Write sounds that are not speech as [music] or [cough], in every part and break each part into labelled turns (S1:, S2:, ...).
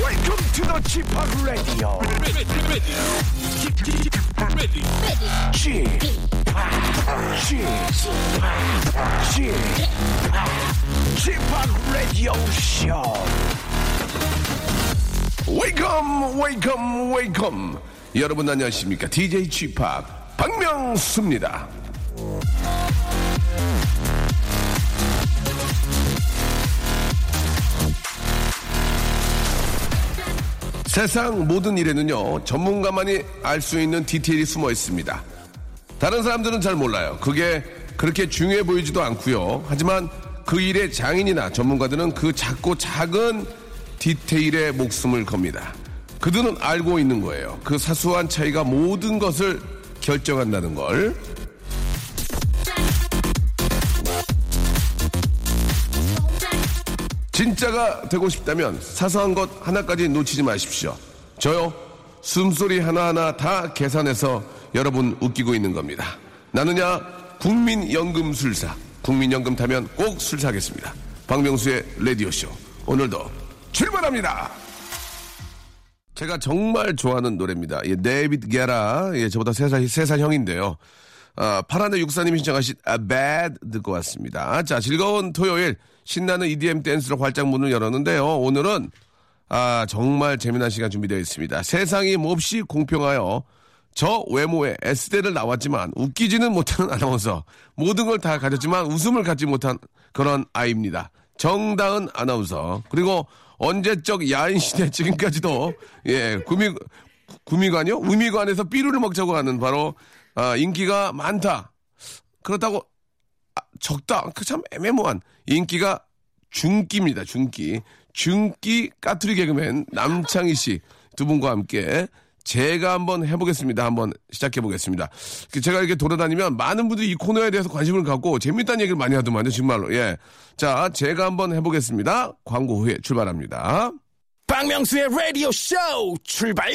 S1: Welcome to the Chip Radio. Chip Chip Chip Radio Show. Welcome, welcome, welcome. 여러분 안녕하십니까? DJ Chip 박명수입니다. 세상 모든 일에는요, 전문가만이 알 수 있는 디테일이 숨어 있습니다. 다른 사람들은 잘 몰라요. 그게 그렇게 중요해 보이지도 않고요. 하지만 그 일의 장인이나 전문가들은 그 작고 작은 디테일에 목숨을 겁니다. 그들은 알고 있는 거예요. 그 사소한 차이가 모든 것을 결정한다는 걸. 진짜가 되고 싶다면 사소한 것 하나까지 놓치지 마십시오. 저요? 숨소리 하나하나 다 계산해서 여러분 웃기고 있는 겁니다. 나느냐? 국민연금술사. 국민연금 타면 꼭 술사하겠습니다. 박명수의 라디오쇼. 오늘도 출발합니다! 제가 정말 좋아하는 노래입니다. 예, 네빗 게라. 예, 저보다 세살, 세살 형인데요. 아, 파란의 육사님이 신청하신 아, Bad 듣고 왔습니다. 자, 즐거운 토요일 신나는 EDM 댄스로 활짝 문을 열었는데요. 오늘은 아, 정말 재미난 시간 준비되어 있습니다. 세상이 몹시 공평하여 저 외모에 S대를 나왔지만 웃기지는 못하는 아나운서. 모든 걸 다 가졌지만 웃음을 갖지 못한 그런 아이입니다. 정다은 아나운서. 그리고 언제적 야인 시대 지금까지도 예, 구미 구미관이요? 우미관에서 삐루를 먹자고 하는 바로 아, 인기가 많다. 그렇다고 아, 적다. 그 참 애매모한 인기가 중기입니다. 중기. 중기 까투리 개그맨 남창희 씨 두 분과 함께 제가 한번 해보겠습니다. 한번 시작해 보겠습니다. 그 제가 이렇게 돌아다니면 많은 분들이 이 코너에 대해서 관심을 갖고 재밌다는 얘기를 많이 하더만요. 정말로. 예. 자, 제가 한번 해보겠습니다. 광고 후에 출발합니다.
S2: 박명수의 라디오 쇼 출발!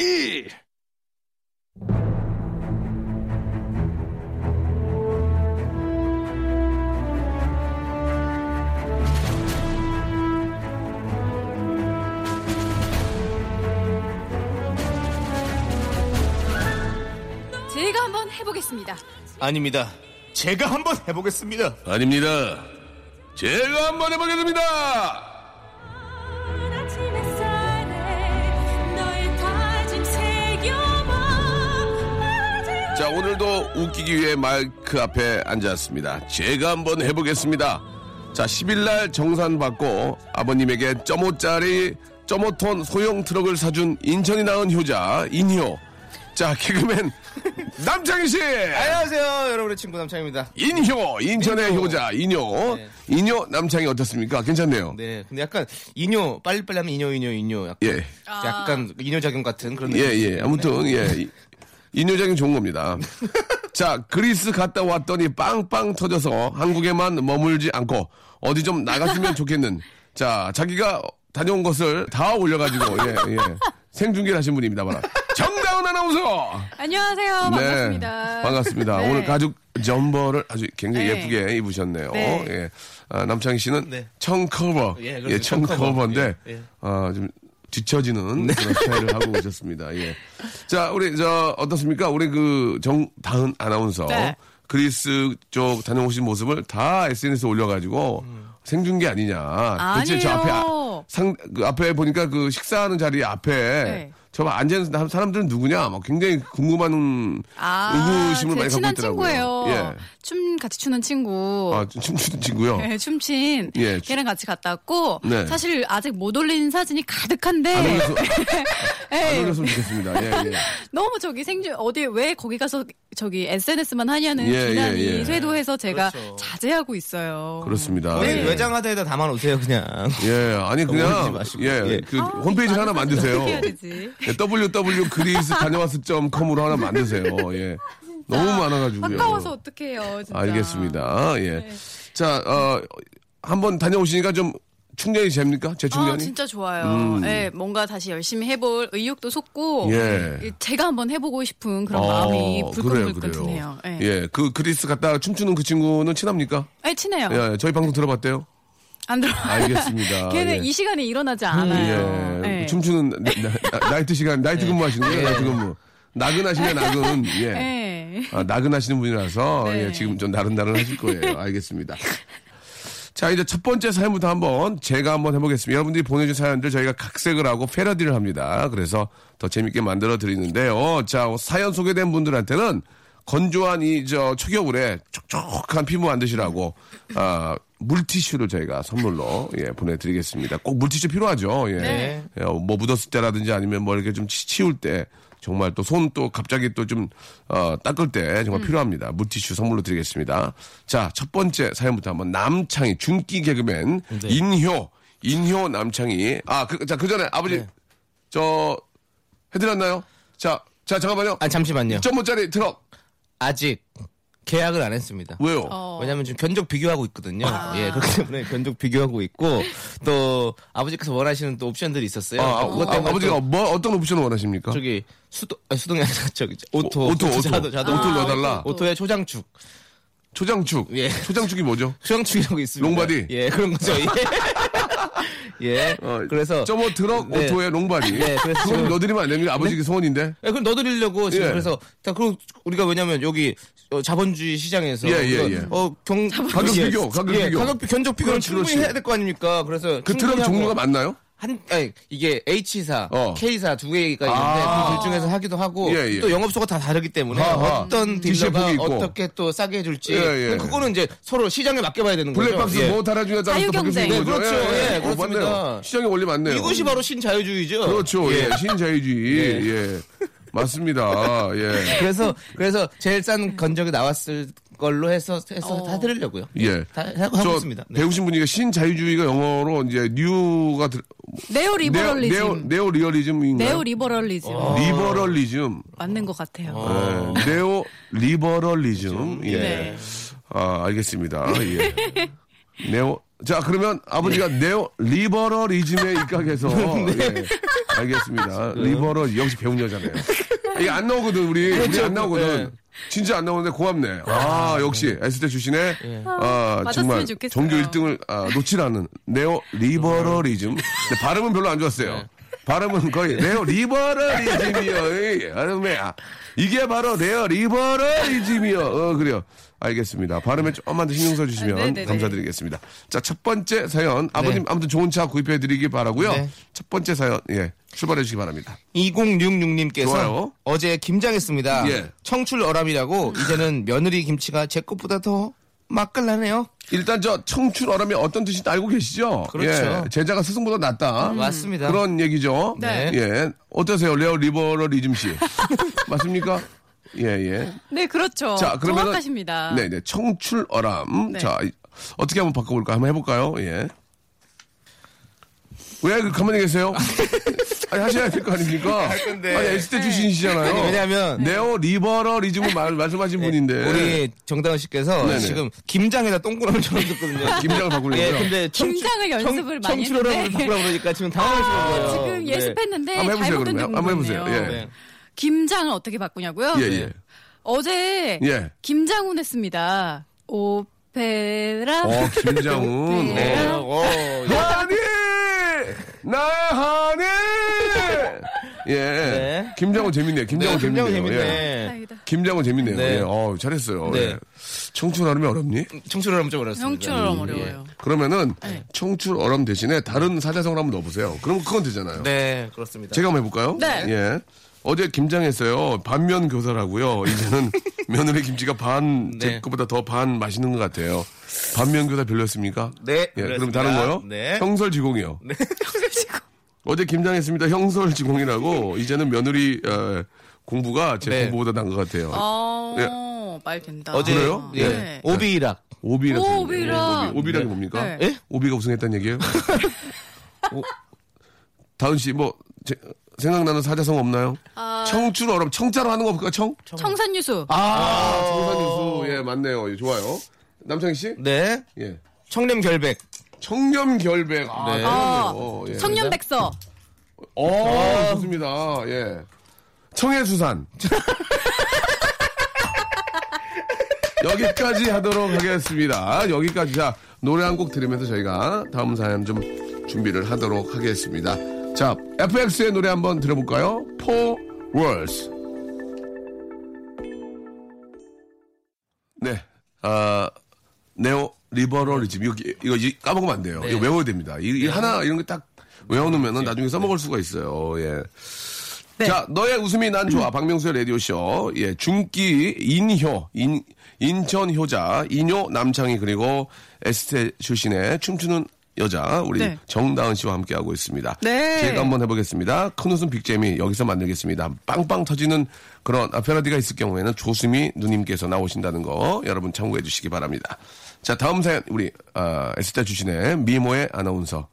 S3: 제가 한번 해보겠습니다.
S2: 아닙니다. 제가 한번 해보겠습니다.
S1: 아닙니다. 제가 한번 해보겠습니다. 자, 오늘도 웃기기 위해 마이크 앞에 앉았습니다. 제가 한번 해보겠습니다. 자, 10일날 정산 받고 아버님에게 .5짜리 .5톤 소형 트럭을 사준 인천이 낳은 효자, 인효. 자, 개그맨 [laughs] 남창희 씨!
S2: 안녕하세요, 여러분의 친구 남창입니다.
S1: 인효, 인천의
S2: 인효.
S1: 효자, 인효.
S2: 네.
S1: 인효 남창희 어떻습니까? 괜찮네요.
S2: 네, 근데 약간 인효 빨리빨리 하면 인효 인효 인효 약간,
S1: 예,
S2: 약간 인효 작용 같은 그런
S1: 예,
S2: 느낌. 네.
S1: 예. 아무튼, 예. 인효작용 좋은
S2: [laughs]
S1: 겁니다. 자, 그리스 갔다 왔더니 빵빵 터져서 한국에만 머물지 않고 어디 좀 나갔으면 좋겠는. 자, 자기가 다녀온 것을 다 올려가지고, 예, 예. 생중계를 하신 분입니다. 바라. 정다운 아나운서!
S3: 안녕하세요. 반갑습니다.
S1: 네, 반갑습니다.
S3: 네.
S1: 오늘 가죽 점퍼를 아주 굉장히
S3: 네.
S1: 예쁘게 입으셨네요.
S3: 네.
S1: 예. 아, 남창희 씨는
S2: 네.
S1: 청커버.
S2: 예,
S1: 예,
S2: 그렇죠. 청커버.
S1: 청커버인데,
S2: 예, 네. 예.
S1: 아, 좀 뒤처지는 그런 스타일을
S2: [laughs]
S1: 하고 오셨습니다. 예. 자, 우리, 저, 어떻습니까? 우리 그 정다은 아나운서.
S3: 네.
S1: 그리스 쪽 다녀오신 모습을 다 SNS에 올려가지고 생중계 아니냐. 도대체 저 앞에 아-
S3: 음. 아니에요.
S1: 상, 그 앞에 보니까 그 식사하는 자리 앞에
S3: 네.
S1: 저 앉아있는 사- 사람들은 누구냐? 막 굉장히 궁금한
S3: 아,
S1: 의구심을
S3: 제
S1: 많이 갖고
S3: 친한
S1: 있더라고요.
S3: 친구예요.
S1: 예.
S3: 춤 같이 추는 친구.
S1: 아, 좀 춤추는 친구요.
S3: 네, 춤친
S1: 예.
S3: 걔랑 같이 갔다 왔고
S1: 네.
S3: 사실 아직 못 올린 사진이
S1: 안
S3: 가득한데
S1: 올렸으면,
S3: 예,
S1: 안 올렸으면 좋겠습니다. 예, 예.
S3: 너무 저기 생주 어디 왜 거기 가서 저기 SNS만 하냐는
S1: 예,
S3: 비난이
S1: 예, 예.
S3: 쇄도해서 제가
S2: 그렇죠.
S3: 자제하고 있어요.
S1: 그렇습니다.
S2: 거의
S1: 예.
S2: 아, 네. 외장하드에다 담아놓으세요, 그냥.
S1: 예, 아니,
S2: 올리지
S1: 그냥,
S2: 마시고.
S1: 예,
S2: 예.
S1: 그
S3: 아,
S1: 홈페이지 하나 만드세요.
S3: 어떻게 해야 되지?
S1: ww 그리스 다녀왔을.com으로 하나 만드세요. 예. 너무 많아가지고요.
S3: 아까워서 어떡해요, 진짜. 네.
S1: 알겠습니다. 예. 자, 어, 한번 다녀오시니까 좀 충전이 됩니까? 재충전이? 음.
S3: 아, 진짜 좋아요. 예, 뭔가 다시 열심히 해볼 의욕도 솟고,
S1: 예.
S3: 예, 제가 한번 해보고 싶은 그런
S1: 아,
S3: 마음이
S1: 그래요,
S3: 불끈불끈
S1: 그래요.
S3: 드네요. 예.
S1: 예, 그 그리스 갔다가 춤추는 그 친구는 친합니까?
S3: 예, 친해요.
S1: 예, 저희 방송 들어봤대요.
S3: 안 들어.
S1: 알겠습니다.
S3: [laughs] 걔는
S1: 예.
S3: 이 시간에 일어나지 않아요.
S1: 예,
S3: 네.
S1: 춤추는 나, 이트 시간, 나이트 근무하시는 거예요, 나이트 근무. 나근하시네, 나근. 예.
S3: 네.
S1: 아, 나근하시는 분이라서
S3: 네.
S1: 예, 지금 좀 나른나른하실 거예요. 알겠습니다. 자, 이제 첫 번째 사연부터 한번 제가 한번 해보겠습니다. 여러분들이 보내준 사연들 저희가 각색을 하고 패러디를 합니다. 그래서 더 재밌게 만들어 드리는데요. 자, 사연 소개된 분들한테는 건조한 이 저 초겨울에 촉촉한 피부 만드시라고 아, 물티슈를 저희가 선물로 예, 보내드리겠습니다. 꼭 물티슈 필요하죠. 예.
S2: 네.
S1: 예, 뭐 묻었을 때라든지 아니면 뭐 이렇게 좀 치- 치울 때 정말 또 손 또 갑자기 또 좀 어, 닦을 때 정말 필요합니다. 물티슈 선물로 드리겠습니다. 자, 첫 번째 사연부터 한번 남창희 중기 개그맨
S2: 네.
S1: 인효 인효 남창희 아, 그, 자, 그 전에 아버지
S2: 네.
S1: 저 해드렸나요? 자, 자 잠깐만요.
S2: 아 잠시만요.
S1: 1.5짜리 트럭
S2: 아직 계약을 안 했습니다.
S1: 왜요? 아.
S3: 어.
S2: 왜냐면 지금 견적 비교하고 있거든요. 예, 그렇기 때문에 견적 비교하고 있고 또 아버지께서 원하시는 또 옵션들이 있었어요. 그러니까
S1: 아, 아,
S2: 그것 때문에
S1: 버지가
S2: 또
S1: 뭐 어떤 옵션을 원하십니까?
S2: 네. 저기 수도 아, 수동이 아니라 저기 오토
S1: 오토, 오토.
S2: 자동 자동
S1: 오토를 넣어달라.
S2: 오토에 초장축
S1: 초장축.
S2: 예.
S1: 초장축이 뭐죠?
S2: 초장축이라고 있습니다.
S1: 롱바디.
S2: 예, 그런 거죠. 예. [laughs] 예.
S1: 어,
S2: 그래서
S1: 1.5 뭐 트럭
S2: 네.
S1: 오토에 롱바디.
S2: 네, 그래서
S1: 그건
S2: 지금-
S1: 넣어드리면 안 됩니다. 아버지께 소원인데.
S2: 예, 그럼 넣어드리려고 지금
S1: 예.
S2: 그래서 다 그리고 우리가 왜냐면 여기 어, 자본주의 시장에서
S1: 예, 예,
S2: 우리가,
S1: 예.
S2: 어, 경
S1: 가격
S2: 예,
S1: 비교, 가격
S2: 예,
S1: 비교.
S2: 가격 비- 견적 비교를
S1: 그렇지,
S2: 충분히
S1: 그렇지.
S2: 해야 될 거 아닙니까? 그래서
S1: 그 트럭
S2: 충분히 하고
S1: 종류가 많나요?
S2: 한 아니, 이게 H사,
S1: 어.
S2: K사 두 개가 있는데
S1: 아.
S2: 그둘 중에서 하기도 하고
S1: 예, 예.
S2: 또 영업소가 다 다르기 때문에
S1: 아하.
S2: 어떤
S1: 디시에
S2: 딜러가
S1: 복이 있고.
S2: 어떻게 또 싸게 해줄지
S1: 예, 예.
S2: 그럼 그거는 이제 서로 시장에 맡겨봐야 되는 거죠.
S1: 블랙박스
S2: 예.
S1: 뭐 달아주냐 따라서
S3: 자유
S1: 또 바뀔 수
S3: 경쟁.
S1: 있는 거죠.
S2: 네, 그렇죠. 예,
S1: 어,
S2: 그렇습니다.
S1: 맞네요. 시장의 원리 맞네요.
S2: 이것이 바로 신자유주의죠.
S1: 그렇죠. 예,
S2: 예.
S1: 신자유주의.
S2: [laughs] 예.
S1: 예. 맞습니다. 예.
S2: 그래서 그래서 제일 싼 건적이 나왔을 걸로 해서 해서
S3: 어.
S2: 다 들으려고요.
S1: 예.
S2: 다 하고
S1: 저
S2: 하고 있습니다. 네.
S1: 배우신 분이가 신자유주의가 영어로 이제 뉴가 들...
S3: 네오 리버럴리즘.
S1: 네오, 어. 네오 리얼리즘인가요?
S3: 네오 리버럴리즘.
S1: 리버럴리즘.
S3: 맞는 것 같아요.
S1: 예, 네오 리버럴리즘. 예.
S3: 어. 네.
S1: 아, 알겠습니다. 예. 네오. 자, 그러면 아버지가 네오 리버럴리즘에
S3: [laughs]
S1: 입각해서
S3: 네.
S1: 예. 알겠습니다. 리버럴 역시 배운 여자네요. 이게 안 나오거든 우리
S3: 그렇죠.
S1: 우리 안 나오거든.
S2: 네.
S1: 진짜 안 나오는데 고맙네. 아 역시 S대 출신의 아,
S3: 맞았으면
S1: 정말
S3: 예. 좋겠어요.
S1: 종교 1등을 아, 놓지 않은 네오 리버럴리즘. 근데 발음은 별로 안 좋았어요.
S3: 네.
S1: 발음은 거의 네오 리버럴리즘이요. 에이, 아름이야. 이게 바로 네오 리버럴리즘이요. 어 그래요. 알겠습니다. 발음에 조금만 더 신경 써주시면
S3: 네, 네, 네.
S1: 감사드리겠습니다. 자 첫 번째 사연 아버님 아무튼 좋은 차 구입해드리기 바라고요.
S2: 네.
S1: 첫 번째 사연 예 출발해 주시기 바랍니다.
S2: 2066님께서
S1: 좋아요.
S2: 어제 김장했습니다.
S1: 예.
S2: 청출 어람이라고 이제는 며느리 김치가 제 것보다 더 맛깔나네요.
S1: 일단 저 청출어람이 어떤 뜻인지 알고 계시죠?
S2: 그렇죠. 음.
S1: 예, 제자가 스승보다 낫다.
S2: 맞습니다.
S1: 그런 얘기죠.
S3: 네.
S1: 예. 어떠세요, 레오 리버럴이즘 씨? 맞습니까? 예, 예.
S3: 네, 그렇죠.
S1: 자, 그러면
S3: 정확하십니다.
S1: 네, 네. 청출어람.
S3: 네.
S1: 자, 이- 어떻게 한번 바꿔볼까? 한번 해볼까요? 예. 왜 그- 가만히 계세요? 아니, 하셔야 될 거 아닙니까?
S2: 건데.
S1: 아니, S대 출신이시잖아요.
S2: 아니, 왜냐면-
S1: 네오 리버럴이즘을 말- 말씀하신 분인데.
S2: 우리 정다은 씨께서
S1: 예. 네네.
S2: 지금 김장에다 똥구멍을 쳐놨거든요.
S1: [laughs] 김장을 바꾸려고요.
S2: 예, 근데 청,
S3: 김장을 연습을 많이
S2: 청출 어람을
S3: 했는데. 어,
S2: 바꾸라고 그러니까 지금 당황하시는 거예요.
S3: 지금
S2: 네.
S3: 예습했는데
S1: 어, 한번 해보세요,
S3: 잘못
S1: 그러면.
S3: 된거
S1: 한번 해보세요. 예.
S2: 네.
S3: 김장을 어떻게 바꾸냐고요?
S1: 예, 예.
S3: 어제
S1: 예.
S3: 김장훈 했습니다. 오페라 [laughs]
S1: 어, 김장훈.
S3: 네.
S1: 어.
S2: 어, 어,
S1: 하니! 나 하니! 예.
S2: 네.
S1: 김장훈 재밌네요. 김장훈 재밌네요.
S2: 굉장히
S1: 예.
S2: 재밌네.
S3: 다행이다.
S1: 김장훈 재밌네요.
S2: 네.
S1: 예. 어, 잘했어요.
S2: 네.
S1: 예. 청춘 얼음이 어렵니?
S2: 청출 어람 좀 어렵습니다.
S3: 형처럼
S1: 예.
S3: 어려워요.
S1: 그러면은 청춘 얼음 대신에 다른 사자성을 한번 넣어보세요. 그럼 그건 되잖아요.
S2: 네, 그렇습니다.
S1: 제가 한번 해볼까요?
S3: 네.
S1: 예. 어제 김장했어요. 반면 교사라고요.
S2: [laughs]
S1: 이제는 며느리 김치가 반, 제
S2: 네.
S1: 것보다 더 반 맛있는 것 같아요. 반면 교사 별로였습니까?
S2: 네,
S1: 예, 그럼
S2: 그렇습니다.
S1: 다른 거요?
S2: 네. [laughs]
S1: 형설지공이요. 어제 김장했습니다. 형설지공이라고 이제는 며느리 어, 공부가 제
S2: 네.
S1: 공부보다 나은 것 같아요.
S3: 어, 말 된다.
S2: 어제
S1: 예. 아, 그래요?
S2: 예.
S3: 네.
S2: 오비락.
S1: 오비라고. 그러는데.
S3: 오, 오비라.
S1: 오비, 오비라는 게 뭡니까?
S3: 네.
S2: 예?
S1: 오비가 우승했다는 얘기예요? [laughs] 오, 다은 씨, 뭐 제- 생각나는 사자성 없나요? 청주로 어렵 청자로 하는 거 볼까? 청?
S3: 청산유수.
S1: 아, 청산유수. 예, 맞네요. 예, 좋아요. 남창희 씨?
S2: 네.
S1: 예.
S2: 청렴 결백.
S1: 청렴결백. 아,
S2: 네.
S1: 그러네요. 예.
S3: 청년백서.
S1: 어, 좋습니다. 예. 청해수산. [laughs] 여기까지 하도록 하겠습니다. 여기까지 자 노래 한 곡 들으면서 저희가 다음 사연 좀 준비를 하도록 하겠습니다. 자, FX의 노래 한번 들어볼까요? Four Words. 네, 아 네오 리버럴리즘 여기 이거 이- 까먹으면 안 돼요. 이거
S3: 네.
S1: 외워야 됩니다. 이, 이 하나 이런 게 딱 외워놓으면 나중에 써먹을 수가 있어요. 예.
S3: 네.
S1: 자, 너의 웃음이 난 좋아. 박명수의 라디오쇼. 예, 중기, 인효, 인, 인천 효자, 인효 남창희, 그리고 에스테 출신의 춤추는 여자, 우리
S3: 네.
S1: 정다은 씨와 함께하고 있습니다.
S3: 네.
S1: 제가 한번 해보겠습니다. 큰 웃음 빅잼이 여기서 만들겠습니다. 빵빵 터지는 그런 아, 패러디가 있을 경우에는 조수미 누님께서 나오신다는 거 여러분 참고해 주시기 바랍니다. 자, 다음 사연, 우리, 아, 에스테 출신의 미모의 아나운서.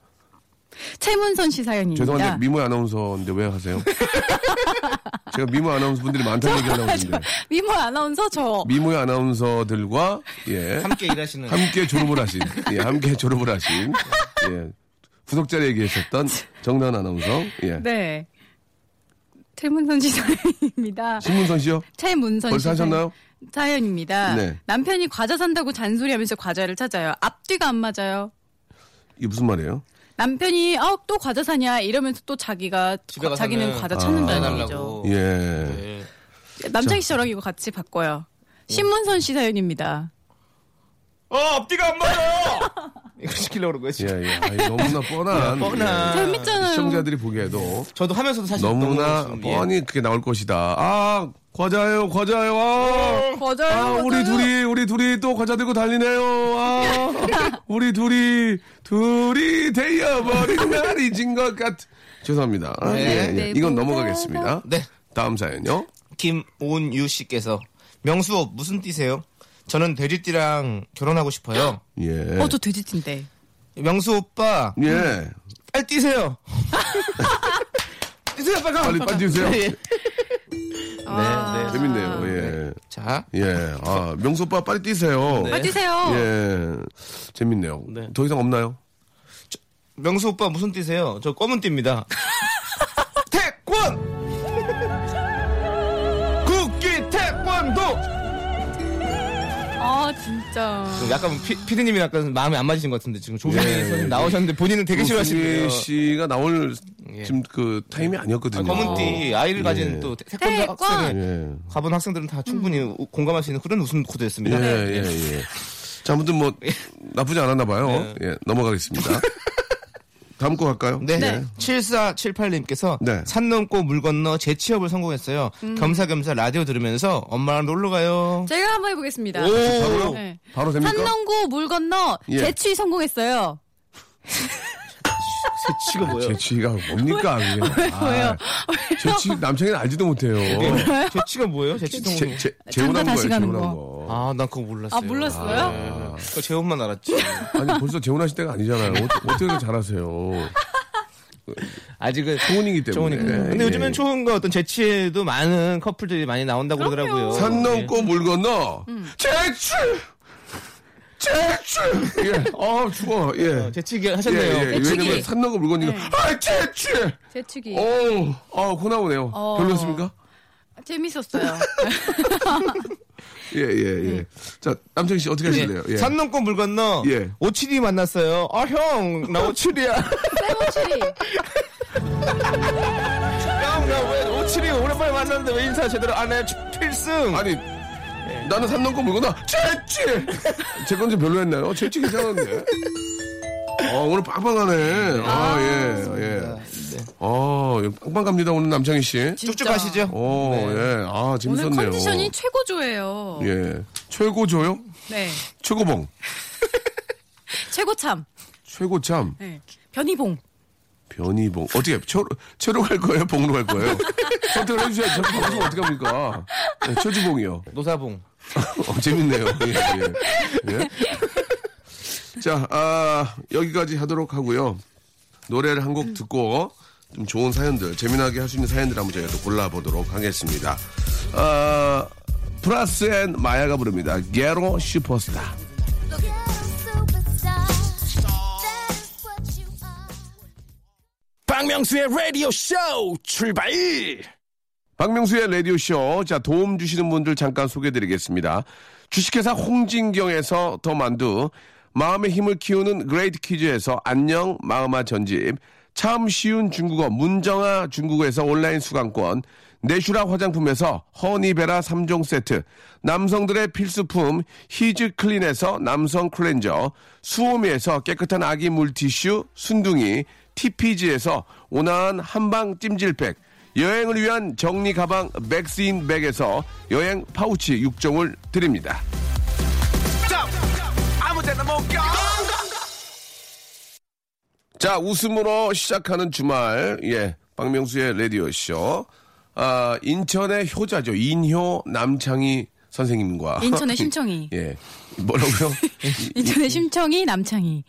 S3: 최문선 씨 사연입니다.
S1: 죄송한데
S3: [laughs]
S1: 미모 아나운서인데 왜 하세요? [laughs] 제가 미모 아나운서 분들이 많다는 얘기를 하고 있는데
S3: 미모 아나운서 저.
S1: 미모의 아나운서들과 예 [laughs]
S2: 함께 일하시는
S1: 함께 졸업을 하신 예 함께 졸업을 하신 예 구독자를 얘기했었던 정다은 아나운서 예
S3: 네. 최문선 씨 사연입니다.
S1: 신문선 씨요
S3: 최문선
S1: 벌써
S3: 씨 사연-
S1: 하셨나요?
S3: 사연입니다.
S1: 네.
S3: 남편이 과자 산다고 잔소리하면서 과자를 찾아요. 앞뒤가 안 맞아요.
S1: 이게 무슨 말이에요?
S3: 남편이 아, 또 과자 사냐 이러면서 또 자기가
S2: 집에
S3: 과-
S2: 가서는
S3: 자기는 과자
S2: 아,
S3: 찾는다는 거죠.
S2: 해달라고.
S1: 예
S2: 예.
S3: 남창희 씨랑 이거 같이
S1: 어.
S3: 바꿔요. 신문선 씨 사연입니다.
S2: 어 앞뒤가 안 맞아요. 이거 시키려고 그런 거예요.
S1: 예,
S2: 지금.
S1: 예. 아이, [laughs] 너무나 뻔한
S2: 뻔한.
S1: 예.
S3: 재밌잖아요.
S1: 시청자들이 보기에도
S2: 저도 하면서도 사실
S1: 너무나
S2: 너무 좀, 예.
S1: 뻔히 그게 나올 것이다 아 과자예요 과자예요 아
S3: 거절.
S1: 아, 우리 둘이, 우리 둘이 또 과자 들고 달리네요. 아, 우리 둘이, 둘이 되어버린 날이 진것 같. 죄송합니다. 아,
S2: 네.
S1: 예, 예. 이건 넘어가겠습니다.
S2: 네.
S1: 다음 사연요.
S2: 김온유 씨께서 명수업 무슨 띠세요? 저는 돼지띠랑 결혼하고 싶어요.
S1: 예.
S3: 어저 돼지띠인데.
S2: 명수 오빠
S1: 예.
S2: 빨리 뛰세요.
S1: [laughs]
S2: 뛰세요 빨리.
S1: 빨리 빠지세요.
S2: 네,
S3: 아.
S2: 네.
S1: 재밌네요. 예.
S2: 자,
S1: 예. 아, 명수 오빠 빨리 뛰세요.
S2: 네.
S3: 빠지세요.
S1: 예. 재밌네요.
S2: 네.
S1: 더 이상 없나요?
S2: 명수 오빠 무슨 뛰세요? 저
S1: [laughs]
S2: 검은 띠입니다. 태권. 국기 태권도.
S3: 아 진짜.
S2: 약간 피, 피디님이 약간 마음에 안 맞으신 것 같은데 지금 조수미
S1: 예,
S2: 선생님 나오셨는데 본인은 되게
S1: 조수미
S2: 싫어하시네요.
S1: 예, 씨가 나올
S2: 예.
S1: 지금 그 타임이 아니었거든요.
S2: 검은 띠 아이를 가진
S1: 예.
S2: 또 태- 태권도 음.
S3: 태권!
S2: 학생을
S1: 예.
S2: 가본 학생들은 다 충분히 우- 공감할 수 있는 그런 웃음 코드였습니다.
S1: 예, 예, 예. 자, 아무튼 뭐, 나쁘지 않았나 봐요. 예, 넘어가겠습니다. 다음 거 갈까요?
S2: 네.
S1: 예.
S2: 7478님께서
S1: 네.
S2: 산 넘고 물 건너 재취업을 성공했어요. 겸사겸사 라디오 들으면서 엄마랑 놀러 가요.
S3: 제가 한번 해보겠습니다.
S2: 오!
S3: 네.
S1: 바로 됩니까?
S3: 산 넘고 물 건너
S1: 예.
S3: 재취 성공했어요.
S2: 재취가 뭐예요?
S1: 재치가 뭡니까? 그게. 아,
S3: 왜요?
S1: 재치, 남창이는 알지도 못해요.
S2: 네. 재취가 뭐예요? 재취
S1: 재,
S2: 성공.
S1: 재,
S3: 잠깐
S1: 재혼한 거예요,
S3: 다시
S1: 재혼한
S3: 가는
S1: 거.
S3: 거.
S2: 아, 난 그거 몰랐어요.
S3: 아 몰랐어요?
S1: 네.
S2: 아, 그거 제
S1: [laughs]
S2: 옷만 알았지.
S1: 아니, 벌써 재혼하실 때가 아니잖아요. 어떻게, 어떻게 그렇게 잘하세요?
S2: 아직은
S1: 초혼이기 그 때문에.
S2: 초혼이기 때문에. 근데
S1: 예,
S2: 요즘엔
S1: 예.
S2: 초혼과 어떤 재취에도 많은 커플들이 많이 나온다고 그러더라고요.
S1: 산 넘고 물 건너, 재치! 재치! 예, 아, 죽어, 예.
S2: 재취
S1: 예,
S2: 하셨네요.
S1: 예. 왜냐면
S3: 재치기.
S1: 산 넘고 물 건너니까, 아, 재치!
S3: 재치기.
S1: 오, 아, 코 나오네요.
S3: 예. 어.
S1: 별로였습니까?
S3: 아, 재밌었어요. [laughs]
S1: 예, 예, 예. 자, 남창희 씨 어떻게 하실래요? 예.
S2: 네. 산 넘고 물 건너
S1: 예.
S2: 오칠이 만났어요. 아 형, 나 오칠이야.
S3: 세모치리.
S2: 형, 나왜 오칠이 오랜만에 만났는데 왜 인사 제대로 안 해? 필승.
S1: 아니, 나는 산 넘고 물고 나, 채찌! 제건 좀 별로였나요? 채찌 이상한데. 아, 오늘 빵빵하네. 아, 예, 예.
S2: 네.
S1: 아, 예, 빵빵 갑니다, 오늘 남창희 씨.
S2: 쭉쭉
S3: 진짜.
S2: 가시죠.
S1: 오, 예. 아,
S3: 네. 오늘
S1: 재밌었네요.
S3: 컨디션이 최고조예요.
S1: 예. 최고조요?
S3: 네.
S1: 최고봉.
S3: 최고참.
S1: 최고참.
S3: 네. 변희봉.
S1: 변이봉. 어떻게, 최로, 최로 갈 거예요? 봉로 갈
S3: [laughs]
S1: 거예요? 선택을 해주셔야죠. 저 방송 어떻게 합니까? 네, 최지봉이요.
S2: 노사봉.
S1: 어, 재밌네요. 예, 예. 예. 자, 아, 여기까지 하도록 하고요. 노래를 한 곡 듣고 좀 좋은 사연들, 재미나게 할 수 있는 사연들 한번 저희가 또 골라보도록 하겠습니다. 아, 플러스 앤 마야가 부릅니다. 게로 슈퍼스타.
S4: Girl, superstar. That is what you are.
S5: 박명수의 라디오 쇼 출발!
S1: 박명수의 라디오쇼. 자, 도움 주시는 분들 잠깐 소개드리겠습니다. 주식회사 홍진경에서 더 만두, 마음의 힘을 키우는 그레이트 퀴즈에서 안녕 마음아 전집, 참 쉬운 중국어 문정아 중국어에서 온라인 수강권, 내슈라 화장품에서 허니베라 3종 세트, 남성들의 필수품 히즈 클린에서 남성 클렌저, 수오미에서 깨끗한 아기 물티슈, 순둥이, TPG에서 온화한 한방 찜질팩, 여행을 위한 정리 가방 맥스인 백에서 여행 파우치 6종을 드립니다. 자, 웃음으로 시작하는 주말. 예. 박명수의 라디오쇼. 아, 인천의 효자죠. 인효 남창희 선생님과.
S3: 인천의 심청이.
S1: 아, [laughs] 예.
S3: [laughs]
S1: 뭐라고요? 이-
S3: 인천의 심청이 남창이.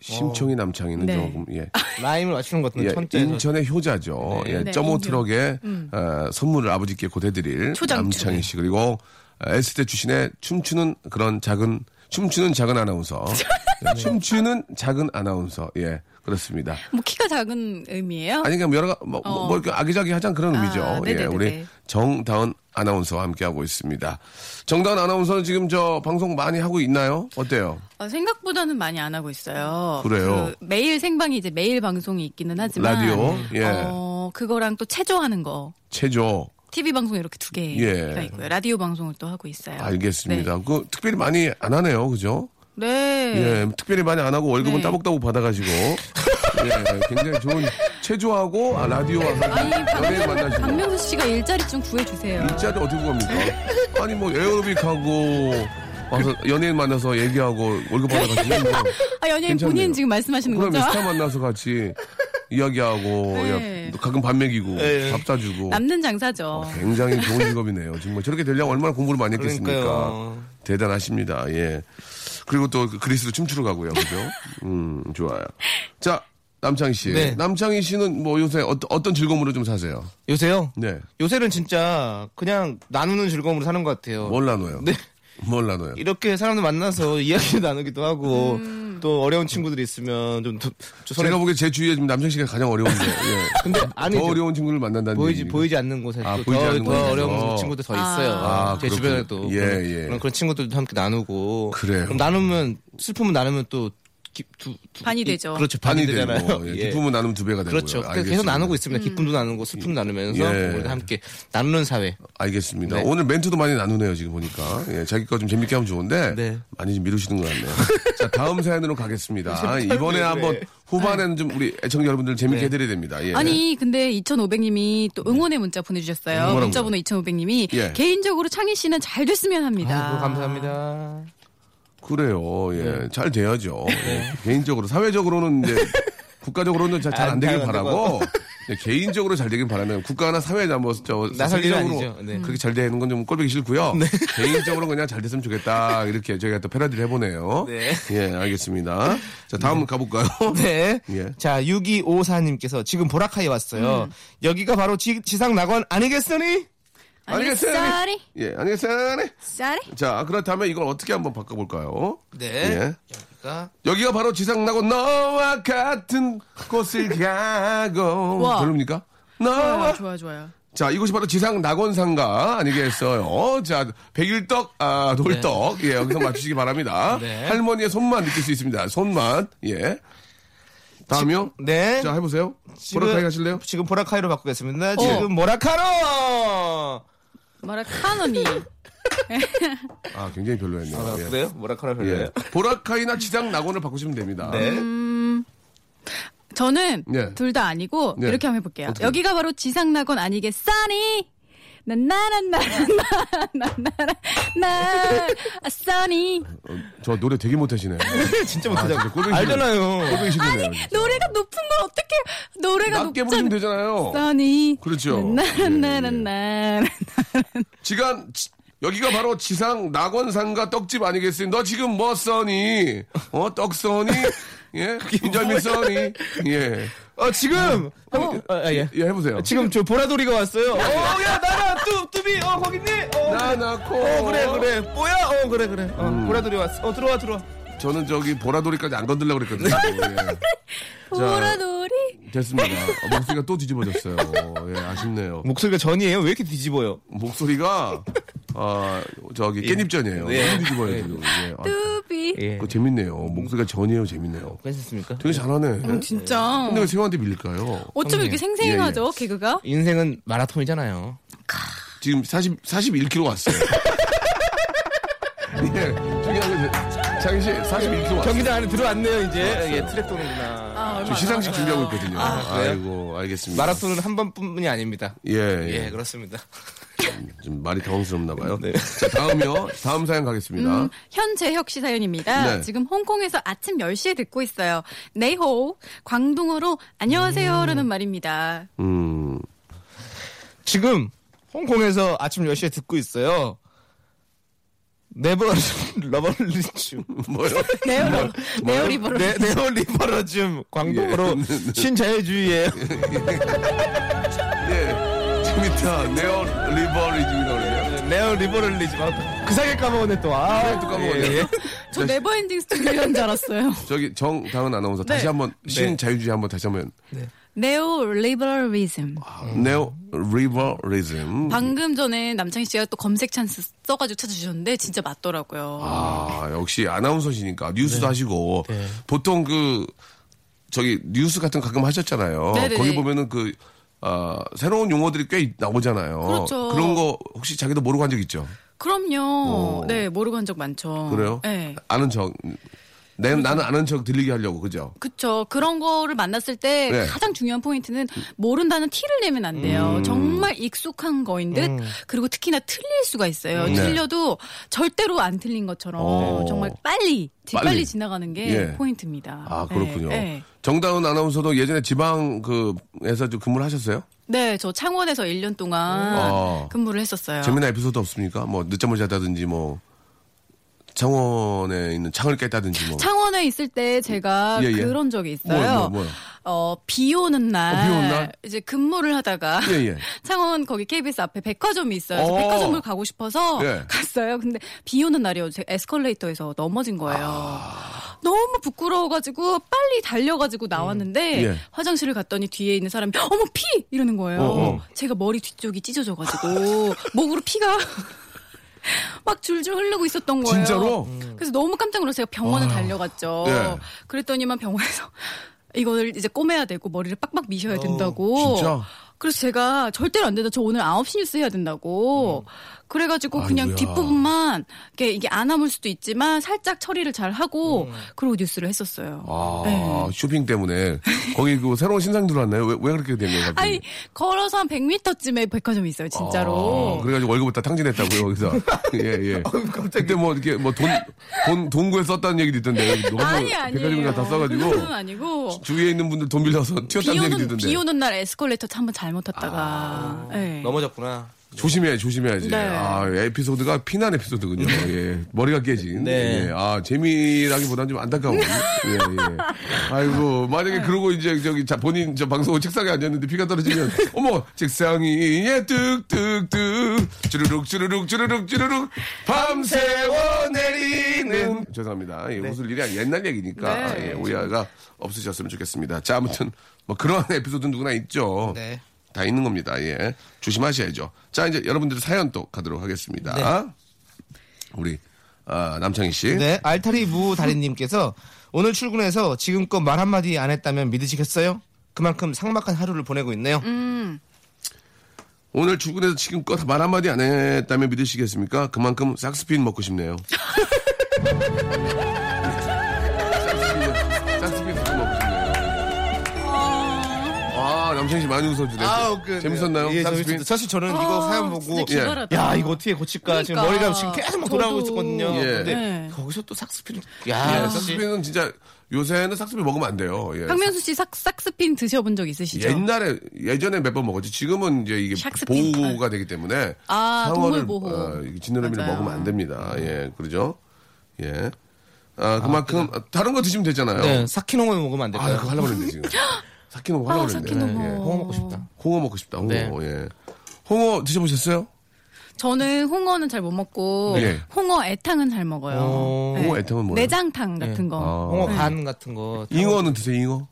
S1: 심청이 남창희는
S3: 네.
S1: 조금, 예.
S2: 라임을 맞추는 것 같은
S1: 예,
S2: 천재.
S1: 인천의 효자죠. 예,
S3: 네,
S1: 점오
S3: 인효.
S1: 트럭에 어, 선물을 아버지께 보태드릴
S3: 초장춘.
S1: 남창희 씨 그리고 어, S대 출신의 춤추는 그런 작은 춤추는 작은
S3: [laughs]
S1: 아나운서, 예, 춤추는 작은 아나운서. 예, 그렇습니다.
S3: 뭐 키가 작은 의미예요?
S1: 아니 그냥 여러 가- 뭐, 뭐,
S3: 어.
S1: 뭐 이렇게 아기자기하장 그런
S3: 아,
S1: 의미죠. 예,
S3: 네네네네.
S1: 우리 정다은 아나운서와 함께 하고 있습니다. 정다은 아나운서는 지금 저 방송 많이 하고 있나요? 어때요?
S3: 어, 생각보다는 많이 안 하고 있어요.
S1: 그래요?
S3: 그 매일 생방이 이제 매일 방송이 있기는 하지만
S1: 라디오? 예.
S3: 어, 그거랑 또 체조하는 거.
S1: 체조
S3: TV 방송 이렇게 두 개가
S1: 예.
S3: 있고요. 라디오 방송을 또 하고 있어요.
S1: 알겠습니다. 그 특별히 많이 안 하네요, 그죠?
S3: 네. 네.
S1: 예, 특별히 많이 안 하고 월급은
S3: 네.
S1: 따박따박 받아가지고 예, 굉장히 좋은 체조하고 아, 라디오
S3: 아니
S1: 하고 연예인
S3: 박명수,
S1: 만나시고
S3: 박명수 씨가 일자리 좀 구해주세요.
S1: 일자리 어떻게 구합니까? 아니 뭐 에어로빅하고 와서 연예인 만나서 얘기하고 월급 받아가지고
S3: [laughs]
S1: 뭐
S3: 아 연예인
S1: 괜찮네요.
S3: 본인 지금 말씀하시는
S1: 그럼
S3: 거죠?
S1: 스타 만나서 같이 이야기하고
S3: 네.
S1: 야, 가끔 밥 먹이고 밥 사주고
S3: 남는 장사죠.
S2: 어.
S1: 굉장히 좋은 직업이네요. 정말 저렇게 되려면 얼마나 공부를 많이 했겠습니까?
S2: 그러니까요.
S1: 대단하십니다. 예. 그리고 또 그리스로 춤추러 가고요. 그죠? 음, 좋아요. 자, 남창희 씨.
S2: 네.
S1: 남창희 씨는 뭐 요새 어떤, 어떤 즐거움으로 좀 사세요?
S2: 요새요?
S1: 네.
S2: 요새는 진짜 그냥 나누는 즐거움으로 사는 것 같아요.
S1: 뭘 나눠요?
S2: 네.
S1: 뭘 나눠요?
S2: 이렇게 사람들 만나서 [laughs] 이야기 나누기도 하고
S3: 음.
S2: 또 어려운 친구들이 있으면 좀 도, 저 손에
S1: 제가 보기에 제 주위에 지금 남창희 씨가 가장 어려운데. 예.
S2: [laughs] 근데 아니
S1: 더 어려운 친구를 만난다는
S2: 보이지
S1: 얘기죠.
S2: 보이지 않는 곳에
S1: 아,
S2: 또
S1: 보이지
S2: 더,
S1: 않는
S2: 더
S1: 곳에서.
S2: 어려운 친구들 더 있어요.
S1: 아,
S2: 제
S1: 그렇군요.
S2: 주변에도
S1: 예,
S2: 그런-
S1: 예.
S2: 그런 그런 친구들도 함께 나누고
S1: 그래요.
S2: 럼 나누면 슬픔은 나누면 또 기, 두, 두-
S3: 반이
S2: 이-
S3: 되죠.
S2: 그렇죠. 반이,
S1: 반이
S2: 되잖아요.
S1: 되고 예.
S2: 예.
S1: 기쁨은 나누면 두 배가 되고요.
S2: 그렇죠. 그러니까 계속
S1: 알겠습니다.
S2: 나누고
S3: 음.
S2: 있습니다. 기쁨도 나누고 슬픔도 나누면서
S1: 예.
S2: 우리가 함께 나누는 사회.
S1: 알겠습니다.
S2: 네.
S1: 오늘 멘트도 많이 나누네요, 지금 보니까. 예, 자기 거 좀 재밌게 하면 좋은데.
S2: 네.
S1: 많이 좀 미루시는 것
S2: [laughs]
S1: 같네요. 자, 다음 사연으로 가겠습니다. 아, 이번에
S2: 네.
S1: 한번 후반에는 좀 우리 애청자 여러분들 재밌게 해드려야 됩니다. 예.
S3: 아니 근데 2,500님이 또 응원의 문자 보내주셨어요.
S1: 뭐라고요?
S3: 문자번호 2,500님이
S1: 예.
S3: 개인적으로 창희 씨는 잘 됐으면 합니다.
S2: 아이고, 감사합니다.
S1: 그래요. 예.
S2: 네.
S1: 잘 돼야죠. 예. 개인적으로. 사회적으로는 이제 국가적으로는 잘 안
S2: 아,
S1: 되길
S2: 안
S1: 바라고. [laughs] 예, 개인적으로 잘 되길 바라네요. 국가나 사회나 뭐, 저,
S2: 나설 일은
S1: 사회적으로
S2: 아니죠. 네.
S1: 그렇게 잘 되는 건 좀 꼴보기 싫고요. 개인적으로 그냥 잘 됐으면 좋겠다. 이렇게 저희가 또 패러디를 해보네요.
S2: 네.
S1: 예, 알겠습니다. 자, 다음 가볼까요?
S2: [laughs] 네.
S1: 예.
S2: 자, 6254님께서 지금 보라카이 왔어요. 여기가 바로 지, 상 낙원 아니겠으니?
S3: 아니,
S1: 알겠어요.
S3: 쌀이
S1: 예, 안녕하세요. 네.
S3: 쌀이
S1: 자, 그렇다면 이걸 어떻게 한번 바꿔볼까요?
S2: 네.
S1: 예.
S2: 여기가
S1: 여기가 바로 지상나고 너와 같은
S2: [laughs]
S1: 곳을 가고.
S3: 와.
S1: 그럽니까? 너와.
S3: 좋아요, 좋아요, 좋아요.
S1: 자, 이곳이 바로 지상 낙원상가 아니겠어요? 자, 백일떡, 아, 돌떡. 예, 여기서 맞추시기 바랍니다.
S2: [laughs] 네.
S1: 할머니의 손만 느낄 수 있습니다. 손만. 예. 다음이요?
S2: 네.
S1: 자, 해보세요.
S2: 지금-
S1: 보라카이 가실래요?
S2: 지금 보라카이로 바꾸겠습니다. 지금 모라카로!
S3: 뭐라 카노니
S1: 아, 굉장히 별로였네요.
S2: 아,
S1: 예.
S2: 그래요? 모라카로 별로예요?
S1: 예. 보라카이나 지상 낙원을 바꾸시면 됩니다.
S2: 네.
S3: 저는
S1: 예.
S3: 둘 다 아니고
S1: 예.
S3: 이렇게 한번 해볼게요.
S1: 어떻게?
S3: 여기가 바로 지상낙원 아니게 쌀이 나나나나나나나 아, 쌀이
S1: 어, 저 노래 되게 못하시네요.
S2: [laughs] 진짜
S1: 아,
S2: 못하죠.
S1: 진짜 꼴보기 싫네.
S2: 알잖아요.
S1: 꼴보기 싫네요.
S3: 노래가 높은 걸 어떻게 노래가
S1: 낮게
S3: 높잖아.
S1: 부르시면 되잖아요.
S3: 써니
S1: 그렇죠.
S3: 나나나나나
S1: 지간 지- 여기가 바로 지상 낙원상가 떡집 아니겠어요? 너 지금 뭐 써니? 어 떡 써니?
S2: [laughs]
S1: 예, 인절미 써니? 예,
S2: 어, 지금! 어, 아, 예.
S1: 예 해보세요.
S2: 지금 저 보라돌이가 왔어요. 어, 야, 나나, 뚜, 뚜비, 어, 거기 있니? 어,
S1: 나나코. 음.
S2: 어, 그래, 그래. 뭐야? 어, 그래, 그래. 어, 보라돌이 왔어. 어, 들어와, 들어와.
S1: 저는 저기 보라돌이까지 안 건들려고
S2: [laughs]
S1: 그랬거든요.
S3: 보라돌이
S1: 예, 됐습니다. 아, 목소리가 또 뒤집어졌어요. 예, 아쉽네요.
S2: 목소리가 전이에요? 왜 이렇게 뒤집어요?
S1: 목소리가 아 저기 깻잎전이에요.
S2: 예.
S1: 너무 뒤집어요 지금. 예. 아,
S3: 뚜비 삐.
S2: 예.
S1: 그거 재밌네요. 목소리가 전이에요. 재밌네요.
S2: 괜찮습니까?
S1: 되게 잘하네.
S2: 음,
S3: 어, 진짜.
S1: 예. 근데 그 예, 왜 세호한테 밀릴까요?
S3: 어쩜 이렇게 생생하죠 개그가?
S2: 인생은 마라톤이잖아요.
S1: 지금 40, 41kg
S2: [laughs]
S1: 왔어요. 예, 중요한 건 장희 씨 41kg 왔어요.
S2: 경기장 안에 들어왔네요 이제. 예, 트랙 도는구나.
S3: 아, 얼마
S1: 지금
S3: 안
S1: 시상식
S3: 남았어요.
S1: 준비하고 있거든요. 아,
S2: 그래요?
S1: 이고 알겠습니다.
S2: 마라톤은 한 번뿐이 아닙니다.
S1: 예, 예.
S2: 예, 네. 그렇습니다.
S1: 좀 말이 당황스럽나 봐요. 자, 다음이요. 다음 사연 가겠습니다.
S3: 음, 현재혁 씨 사연입니다.
S1: 네.
S3: 지금 홍콩에서 아침 10시에 듣고 있어요. 네호 광둥어로
S1: [laughs]
S3: 안녕하세요라는 말입니다.
S1: 음.
S2: 지금 홍콩에서 아침 10시에 듣고 있어요. 네버 [laughs] 러버리즘
S1: 뭐요?
S3: 네오 네오 리버로
S2: 네, 네버 리버러즘 광고로 [laughs] 신자유주의예요.
S1: 예. 재밌다. 네오 리버리즘이라고 그래요.
S2: 네오 리버럴리즘. 아, 그 사이에 까먹었네 또. 아,
S1: 또 까먹었네.
S3: 저 네버엔딩 스토리라는 줄
S1: [laughs]
S3: 알았어요.
S1: 저기 정다은 아나운서 다시
S3: 네.
S1: 한번 신자유주의 한번 다시 한번
S3: 네오 리버리즘.
S1: 아, 네오 리버리즘.
S3: 방금 전에 남창희 씨가 또 검색 찬스 써가지고 찾아주셨는데 진짜 맞더라고요.
S1: 아, 역시 아나운서시니까 뉴스도 하시고 보통 그 저기 뉴스 같은 거 가끔 하셨잖아요.
S3: 네네네.
S1: 거기 보면은 그 아, 새로운 용어들이 꽤 나오잖아요.
S3: 그렇죠.
S1: 런거 혹시 자기도 모르고 한 적 있죠?
S3: 그럼요. 네 모르고 한 적 많죠.
S1: 그래요?
S3: 네. 그렇죠.
S1: 아는 척. 내, 나는 아는 척 들리게 하려고, 그죠?
S3: 그쵸. 그런 거를 만났을 때
S1: 네.
S3: 가장 중요한 포인트는 모른다는 티를 내면 안 돼요.
S1: 음.
S3: 정말 익숙한 거인 듯 그리고 특히나 틀릴 수가 있어요.
S1: 네.
S3: 틀려도 절대로 안 틀린 것처럼
S1: 어.
S3: 정말 빨리 빨리,
S1: 빨리
S3: 지나가는 게
S1: 예.
S3: 포인트입니다.
S1: 아,
S3: 네,
S1: 그렇군요.
S3: 네.
S1: 정다은 아나운서도 예전에 지방 그, 에서 좀 근무를 하셨어요?
S3: 네, 저 창원에서 1년 동안
S1: 아.
S3: 근무를 했었어요.
S1: 재미난 에피소드 없습니까? 뭐, 늦잠을 자다든지 뭐, 창원에 있는 창을 깼다든지 뭐.
S3: 창원에 있을 때 제가
S1: 예, 예.
S3: 그런 적이 있어요.
S1: 뭐요, 뭐요, 뭐요?
S3: 어, 비 오는 날,
S1: 어, 비 오는 날?
S3: 이제 근무를 하다가
S1: 예, 예.
S3: [laughs] 창원 거기 KBS 앞에 백화점이 있어요. 그래서
S1: 어.
S3: 백화점을 가고 싶어서
S1: 예.
S3: 갔어요. 근데 비 오는 날이어서 제가 에스컬레이터에서 넘어진 거예요.
S1: 아.
S3: 너무 부끄러워가지고 빨리 달려가지고 나왔는데
S1: 예.
S3: 화장실을 갔더니 뒤에 있는 사람이 어머 피 이러는 거예요.
S1: 어, 어.
S3: 제가 머리 뒤쪽이 찢어져가지고 [laughs] 목으로 피가 막 줄줄 흐르고 있었던 거예요.
S1: 진짜로?
S3: 그래서 너무 깜짝 놀라서 제가 병원에
S1: 아.
S3: 달려갔죠.
S1: 예.
S3: 그랬더니만 병원에서 [laughs] 이거를 이제 꼬매야 되고 머리를 빡빡 미셔야 된다고.
S1: 어, 진짜?
S3: 그래서 제가 절대로 안 된다. 저 오늘 9시 뉴스 해야 된다고. 그래가지고 그냥
S1: 음. 아이고야.
S3: 뒷부분만 이렇게 이게 안 아물 수도 있지만 살짝 처리를 잘 하고
S1: 음.
S3: 그러고 뉴스를 했었어요.
S1: 아,
S3: 네.
S1: 쇼핑 때문에. 거기 그 새로운 신상 들어왔나요? 왜, 왜 그렇게 된 거예요, 갑자기?
S3: 아니 걸어서 한 100m쯤에 백화점이 있어요. 진짜로.
S1: 아, 그래가지고 월급을 다 탕진했다고요,
S3: [laughs]
S1: 거기서. 예, 예. 그때 뭐, 이렇게 뭐 돈, 돈, 동구에 썼다는 얘기도
S3: [laughs]
S1: 있던데. 너무
S3: 아니 아니에요.
S1: 백화점이나 다 써가지고.
S3: 그건 아니고.
S1: 주위에 있는 분들 돈 빌려서
S3: 비
S1: 튀었다는 얘기도
S3: 오는,
S1: 있던데. 아,
S3: 비 오는 날 에스컬레이터 한번 잘못 탔다가. 네.
S2: [laughs] 넘어졌구나.
S1: 조심해, 조심해야지.
S3: 네.
S1: 아, 에피소드가 피난 에피소드군요. 예. 머리가 깨진.
S2: 네.
S1: 예. 아, 재미라기보다는 좀 안타까운. 예, 예. 아이고, 만약에 그러고 이제 저기 자, 본인 저 방송 책상에 앉았는데 피가 떨어지면, 어머, 책상이 예, 뚝, 뚝, 뚝. 주르륵, 주르륵, 주르륵, 주르륵. 밤새워 내리는. 죄송합니다. 예, 웃을 일이 아니 옛날 얘기니까.
S3: 네.
S1: 아, 예, 오해가 없으셨으면 좋겠습니다. 자, 아무튼, 뭐 그런 에피소드 는 누구나 있죠.
S2: 네.
S1: 다 있는 겁니다. 예. 조심하셔야죠. 자, 이제 여러분들 사연 또 가도록 하겠습니다. 우리, 아, 남창희 씨.
S2: 네, 알타리 무 다리님께서 오늘 출근해서 지금껏 말 한마디 안 했다면 믿으시겠어요? 그만큼 삭막한 하루를 보내고 있네요.
S3: 음.
S1: 오늘 출근해서 지금껏 말 한마디 안 했다면 믿으시겠습니까? 그만큼 싹스핀 먹고 싶네요. 싹스핀, 싹스핀 먹고 싶네요. 아, 남창희 씨 많이 웃어주네요. 재밌었나요?
S2: 예,
S1: 싹스핀?
S2: 재밌었어요. 사실 저는 이거
S3: 아,
S2: 사연 보고 예.
S3: 진짜 기발하다.
S2: 야 이거 어떻게 고칠까 지금
S3: 그러니까.
S2: 머리가 지금 계속 막 돌아가고
S3: 저도.
S2: 있었거든요.
S1: 예.
S2: 근데
S3: 네.
S2: 거기서 또 삭스핀
S1: 예,
S2: 야 역시
S1: 싹스핀은 진짜 요새는 싹스핀 먹으면 안 돼요. 예.
S3: 박명수 씨 삭, 삭스핀 드셔본 적 있으시죠?
S1: 옛날에 예전에 몇 번 먹었지 지금은 이제 이게
S3: 샥스핀.
S1: 보호가 되기 때문에
S3: 아,
S1: 상어를
S3: 동물 보호.
S1: 어, 이게 지느러미를
S3: 맞아요. 음.
S1: 먹으면 안 됩니다. 예, 그러죠. 예, 아 그만큼 아, 다른 거 드시면 되잖아요.
S2: 네, 사키노을 먹으면 안
S1: 아
S2: 될까요?
S1: 그거 하려고 그랬는데
S3: [laughs]
S1: 지금 사키노 하려고
S3: 아,
S1: 그랬는데
S3: 사키노.
S1: 예.
S2: 홍어 먹고 싶다.
S1: 홍어 먹고 싶다. 홍어
S2: 네.
S1: 예. 홍어 드셔보셨어요?
S3: 저는 홍어는 잘 못 먹고
S1: 네.
S3: 홍어 애탕은 잘 먹어요.
S2: 어,
S1: 홍어 애탕은 뭐예요?
S3: 내장탕 같은
S2: 네.
S3: 거.
S1: 아.
S2: 홍어 간 같은 거.
S1: 잉어는 드세요.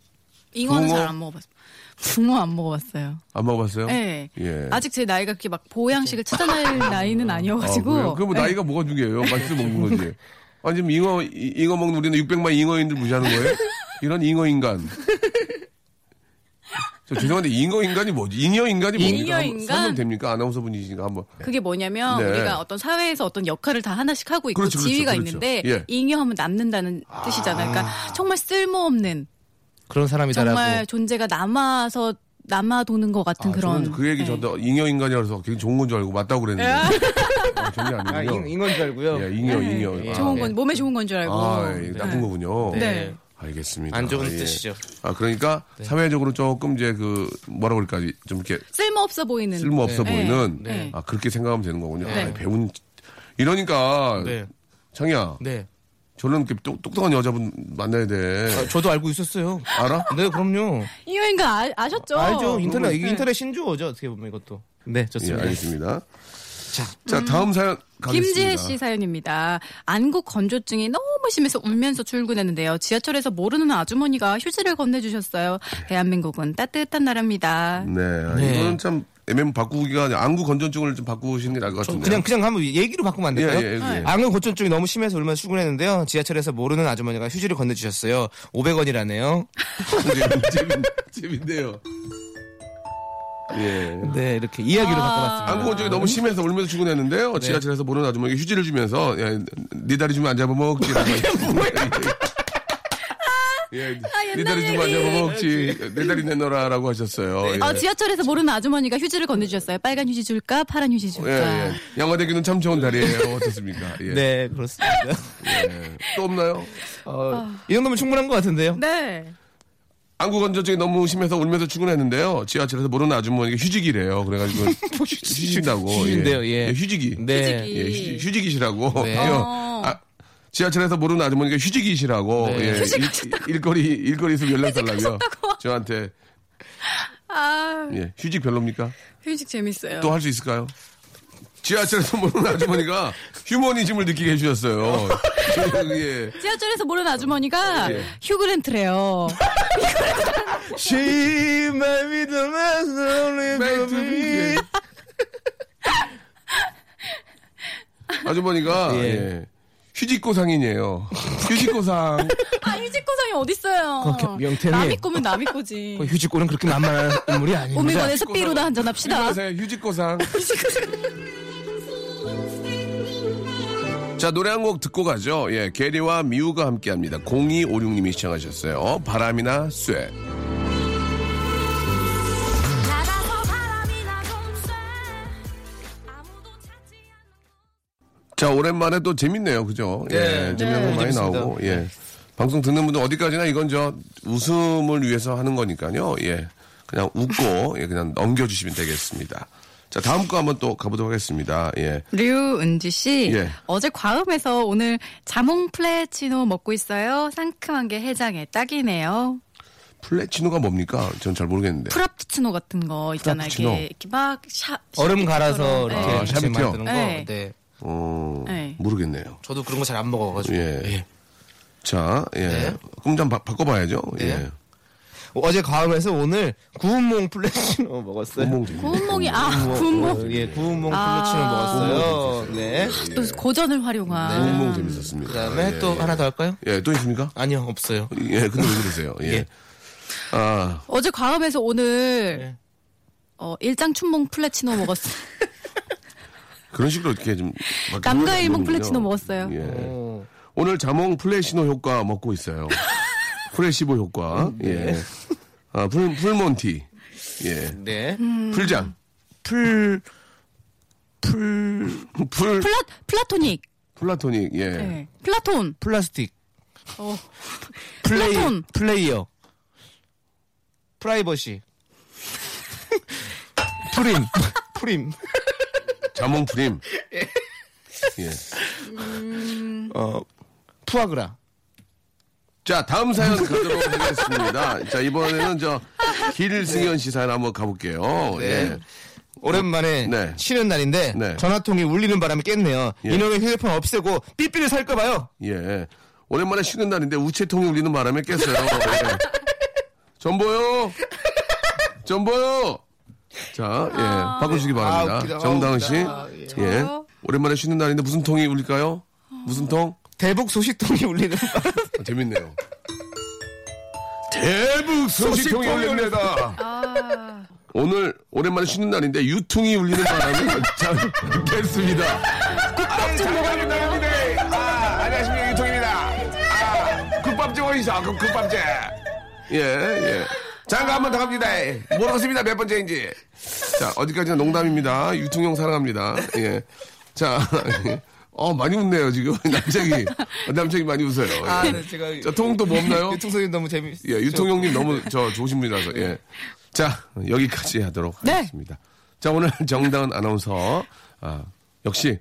S1: 잉어
S3: 잉어는
S1: 붕어?
S3: 잘 안 먹어봤어요. 붕어 안 먹어봤어요.
S1: 안 먹어봤어요?
S3: 네.
S1: 예.
S3: 아직 제 나이가 그렇게 막 보양식을 찾아날
S1: [laughs]
S3: 나이는
S1: 아,
S3: 아니어가지고.
S1: 그래요? 그럼 뭐
S3: 네. [laughs]
S1: 나이가 뭐가 중요해요? 맛있어 먹는 거지. 아니 지금 잉어 이- 잉어 먹는 우리는 600만 잉어인들 무시하는 거예요? 이런 잉어 인간. 저 죄송한데 잉어 인간이 뭐지? 잉여 인간이 뭡니까?
S3: 잉여
S1: 한번
S3: 인간?
S1: 설명 됩니까? 아나운서 분이시니까 한번.
S3: 그게 뭐냐면
S1: 네.
S3: 우리가 어떤 사회에서 어떤 역할을 다 하나씩 하고 있고
S1: 그렇죠, 그렇죠,
S3: 지위가
S1: 그렇죠.
S3: 있는데
S1: 예.
S3: 잉여하면 남는다는 뜻이잖아요. 그러니까 정말 쓸모없는
S2: 그런 사람이다라고.
S3: 정말 존재가 남아서 남아 도는 것 같은
S1: 아,
S3: 그런 네.
S1: 저는 그 얘기 저도 잉여 인간이라서 굉장히 좋은 건 줄 알고 맞다고 그랬는데. 아, 전혀
S2: 아,
S1: 아니군요.
S2: 잉, 잉어인 줄 알고요.
S1: 예, 잉여 잉여.
S2: 예.
S1: 아,
S3: 좋은
S2: 네.
S3: 건 몸에 좋은 건 줄 알고
S1: 아, 예, 나쁜 거군요.
S3: 네.
S1: 알겠습니다.
S2: 안 좋은
S1: 아, 예.
S2: 뜻이죠. 네.
S1: 아, 그러니까 사회적으로 조금 이제 그 뭐라 그럴까 좀 이렇게
S3: 쓸모없어 보이는
S1: 쓸모 없어
S3: 네.
S1: 보이는
S3: 네.
S1: 아 그렇게 생각하면 되는 거군요.
S3: 네.
S1: 아, 배운 이러니까
S2: 네.
S1: 창이야.
S2: 네.
S1: 저는 이렇게 똑, 똑똑한 여자분 만나야 돼.
S2: 아, 저도 알고 있었어요.
S1: 알아?
S2: 네, 그럼요.
S3: 이유인가 아, 셨죠
S2: 알죠. 인터넷, 이게 인터넷 신조어죠. 어떻게 보면 이것도. 네,
S1: 예,
S2: 좋습니다.
S1: 알겠습니다. 자, 다음 사연 가겠습니다.
S3: 김지혜 씨 사연입니다. 안구 건조증이 너무 심해서 울면서 출근했는데요. 지하철에서 모르는 아주머니가 휴지를 건네주셨어요. 대한민국은 따뜻한 나라입니다.
S1: 네, 이거는 참 MM 바꾸기가 아니라 안구 건전증을 좀 바꾸시는 게 나을 것 같은데.
S2: 그냥 그냥 한번 얘기로 바꾸면 안
S1: 네. 예,
S2: 될까요?
S1: 예, 예.
S2: 앙은 고천증이 너무 심해서 울면서 출근했는데요. 지하철에서 모르는 아주머니가 휴지를 건네주셨어요. 500원이라네요.
S1: [laughs] 재밌, 재밌네요. 예.
S2: 네, 이렇게 이야기로 바꿔봤습니다.
S1: 안구 건조이 너무 심해서 울면서 출근했는데요. 지하철에서 모르는 아주머니에게 휴지를 주면서 야, 네 다리 주면 안 잡아먹지. 예, 네 다리 주면 안 잡아먹지. 내 다리 내놔라라고 하셨어요. 예.
S3: 아, 지하철에서 모르는 아주머니가 휴지를 건네주셨어요. 빨간 휴지 줄까? 파란 휴지
S1: 예,
S3: 줄까?
S1: 예. 양화대교는 참 좋은 다리예요. 어떻습니까? 예.
S2: 네, 그렇습니다.
S1: 예. 또 없나요?
S2: 어, 이 정도면 충분한 것 같은데요.
S3: 네.
S1: 안구 건조증이 너무 심해서 울면서 출근했는데요. 지하철에서 모르는 아주머니가 휴지기래요. 그래가지고 휴지다고.
S2: 휴지인데요, 예.
S1: 휴지기.
S2: 네.
S1: 예, 휴지- 휴지기시라고. [laughs]
S2: 네.
S1: 해요.
S3: 어.
S1: 아, 지하철에서 모르는 아주머니가 휴지기시라고
S2: 네.
S1: 예, 일, 거리 일거리에서 연락 달라며 저한테
S3: 아,
S1: 예, 휴직 별로입니까?
S3: 휴식 재밌어요.
S1: 또 할 수 있을까요? 지하철에서 모르는 아주머니가 휴머니즘을 느끼게 해주셨어요. 저는, 예.
S3: 지하철에서 모르는 아주머니가
S1: 예.
S3: 휴그랜트래요.
S2: She might be the last only
S1: Back to
S2: baby.
S1: me. 아주머니가
S2: 예.
S1: 예, 휴직고상이에요. 휴직고상.
S3: [laughs] 아, 휴직 고상이 어딨어요?
S2: 겨- 명태님.
S3: 남이 꼬면 남이 꼬지.
S2: [laughs] 그 휴지꼴은 그렇게 만만한 인물이 그러니까 아닙니다.
S3: 오미건에서 삐로나 한잔합시다.
S1: 안녕하세요.
S2: [laughs]
S1: 휴직고상. 자 노래 한 곡 듣고 가죠. 예, 게리와 미우가 함께합니다. 0256님이 시청하셨어요. 바람이나 쇠.
S4: 나가서 바람이 나고 쐬 아무도 찾지 않는
S1: 자 오랜만에 또 재밌네요, 그죠? 예,
S2: 네.
S1: 재밌는
S2: 네.
S1: 거 많이
S2: 재밌습니다.
S1: 나오고 예. 방송 듣는 분들 어디까지나 이건 저 웃음을 위해서 하는 거니까요. 예, 그냥 웃고 예, 그냥 넘겨주시면 되겠습니다. 자 다음 거 한번 또 가보도록 하겠습니다. 예,
S3: 류은지 씨,
S1: 예.
S3: 어제 과음에서 오늘 자몽 플레치노 먹고 있어요. 상큼한 게 해장에 딱이네요.
S1: 플래치노가 뭡니까? 전 잘 모르겠는데.
S3: 프라푸치노 같은 거 있잖아요.
S1: 네. 프라푸치노.
S3: 이렇게, 이렇게 막 샤,
S2: 얼음 갈아서
S3: 샤베트처럼.
S2: 이렇게
S1: 아,
S2: 같이
S1: 샤베트요?
S2: 만드는 거.
S3: 네.
S2: 네.
S1: 어,
S3: 네.
S1: 모르겠네요.
S2: 저도 그런 거 잘 안 먹어가지고.
S1: 예.
S2: 예.
S1: 자, 예.
S2: 네.
S1: 그럼 좀 바, 꿔봐야죠
S2: 네.
S1: 예.
S2: 뭐 어제 과음에서 오늘 구운몽 플래시노 [laughs] 먹었어요.
S1: 네. 구멍 좀.
S3: 구운몽이 아 구운몽
S2: 어, 예, 구운몽
S3: 아.
S2: 플루치노 먹었어요. 네.
S3: 또 고전을 활용한
S1: 네. 구멍 재밌었습니다.
S2: 아. 그다음에
S1: 예,
S2: 또
S1: 예.
S2: 하나 더 할까요?
S1: 예, 또 있습니까?
S2: 아니요, 없어요.
S1: 예, 근데 왜 그러세요? 예.
S2: 예.
S1: 아,
S3: 어제 과음에서 오늘
S2: 예.
S3: 어, 일장춘몽 플래치노 먹었어요.
S1: 그런 식으로 이렇게 좀.
S3: 남과 일몽
S1: 바뀌는 거군요.
S3: 플래치노 먹었어요.
S1: 예.
S2: 어.
S1: 오늘 자몽 플래시노 효과 먹고
S3: [laughs]
S1: 있어요. 플래시보 효과. 예. 아, 풀, 풀몬티. 예.
S2: 네.
S3: 음.
S1: 풀장.
S2: 풀, 풀,
S1: 풀,
S3: 플라 플라토닉.
S1: 플라토닉. 예.
S3: 네. 플라톤.
S2: 플라스틱.
S3: 어.
S2: 플레이,
S3: 플라톤.
S2: 플레이어.
S3: [laughs]
S2: 프라이버시. 프림. [laughs] 프림.
S1: 자몽
S2: [laughs]
S1: 프림. 예.
S2: 어, 푸아그라.
S1: 자, 다음 사연 가도록 하겠습니다. 자, 이번에는 저 길승현 씨 사연 한번 가볼게요. 예.
S2: 오랜만에
S1: 네.
S2: 쉬는 날인데
S1: 네.
S2: 전화통이 울리는 바람에 깼네요.
S1: 예.
S2: 이놈의 휴대폰 없애고 삐삐를 살까봐요.
S1: 예. 오랜만에 쉬는 날인데 우체통이 울리는 바람에 깼어요. 예. 전보요! 전보요! 자, 예. 바꿔주시기
S2: 아,
S1: 바랍니다.
S2: 웃기다.
S1: 정다은 씨.
S2: 아,
S1: 예. 오랜만에 쉬는 날인데 무슨 통이 울릴까요? 무슨 통?
S2: 대북 소식통이 울리는 바람.
S1: 아, 재밌네요. 대북 소식통이 울립니다.
S3: 아,
S1: 오늘 오랜만에 쉬는 날인데 유통이 울리는 바람에 [laughs] 참 깼습니다. 국밥 좀 먹어야 되는데. 아, 안녕하십니까 유통입니다. 아, 국밥 좀 어디서? 그 국밥 제. 예, 예. 장가 한 번 더 갑니다. 모르겠습니다. 몇 번째인지. 자, 어디까지나 농담입니다. 유통형 사랑합니다. 예. 자, 어, 많이 웃네요, 지금. [laughs] 남자기. 남자기 많이 웃어요. 예.
S2: 아, 네, 제가
S1: 자, 통또 뭐
S2: [laughs]
S1: 없나요?
S2: 유통 소식 너무 재밌.
S1: 예, 유통형님
S3: [laughs]
S1: 너무 저 좋으신 분이라서 예. 자 여기까지 하도록
S3: 네.
S1: 하겠습니다. 자 오늘 [laughs] 정다은 아나운서 아, 역시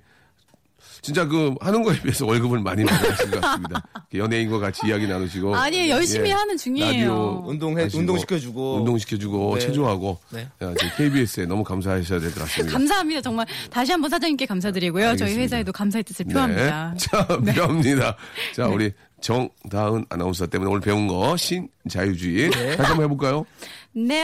S1: 진짜 그 하는 거에 비해서 월급을 많이 받으신 것 같습니다. 연예인과 같이 이야기 나누시고 예,
S3: 아니, 열심히 하는 중이에요.
S1: 라디오
S2: 운동해-
S1: 하시고,
S2: 운동시켜주고.
S1: 운동시켜주고
S2: 네.
S1: 체조하고
S2: 네.
S1: KBS에 너무 감사하셔야 될 것 같습니다.
S3: 감사합니다. 정말 다시 한번 사장님께 감사드리고요. 저희
S1: 알겠습니다.
S3: 회사에도 감사의 뜻을
S1: 네.
S3: 표합니다. 네.
S1: 자, [laughs] 표합니다. 자, 우리 정다은 아나운서 때문에 오늘 배운 거 신자유주의
S2: 네.
S1: 다시 한번 해볼까요?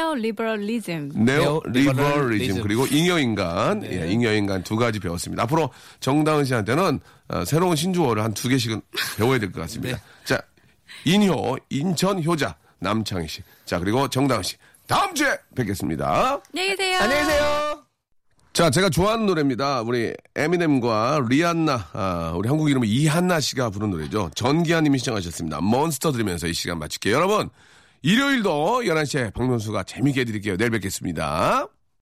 S3: 네오리버럴리즘.
S1: 네오
S2: 네오
S1: 리버리즘
S2: 리버럴리즘. 네.
S1: 그리고 잉여인간 예, 잉여인간 두 가지 배웠습니다. 앞으로 정다은 씨한테는 어, 새로운 신조어를 한 두 개씩은 배워야 될 것 같습니다.
S2: 네.
S1: 자 인효 인천 효자 남창희 씨자 그리고 정다은 씨 다음 주에 뵙겠습니다.
S3: 안녕히 계세요.
S2: 안녕히 계세요.
S1: 자, 제가 좋아하는 노래입니다. 우리 에미넴과 리안나, 아, 우리 한국 이름은 이한나 씨가 부른 노래죠. 전기아님이 시청하셨습니다. 몬스터 들으면서 이 시간 마칠게요. 여러분, 일요일도 11시에 박명수가 재밌게 해드릴게요. 내일 뵙겠습니다.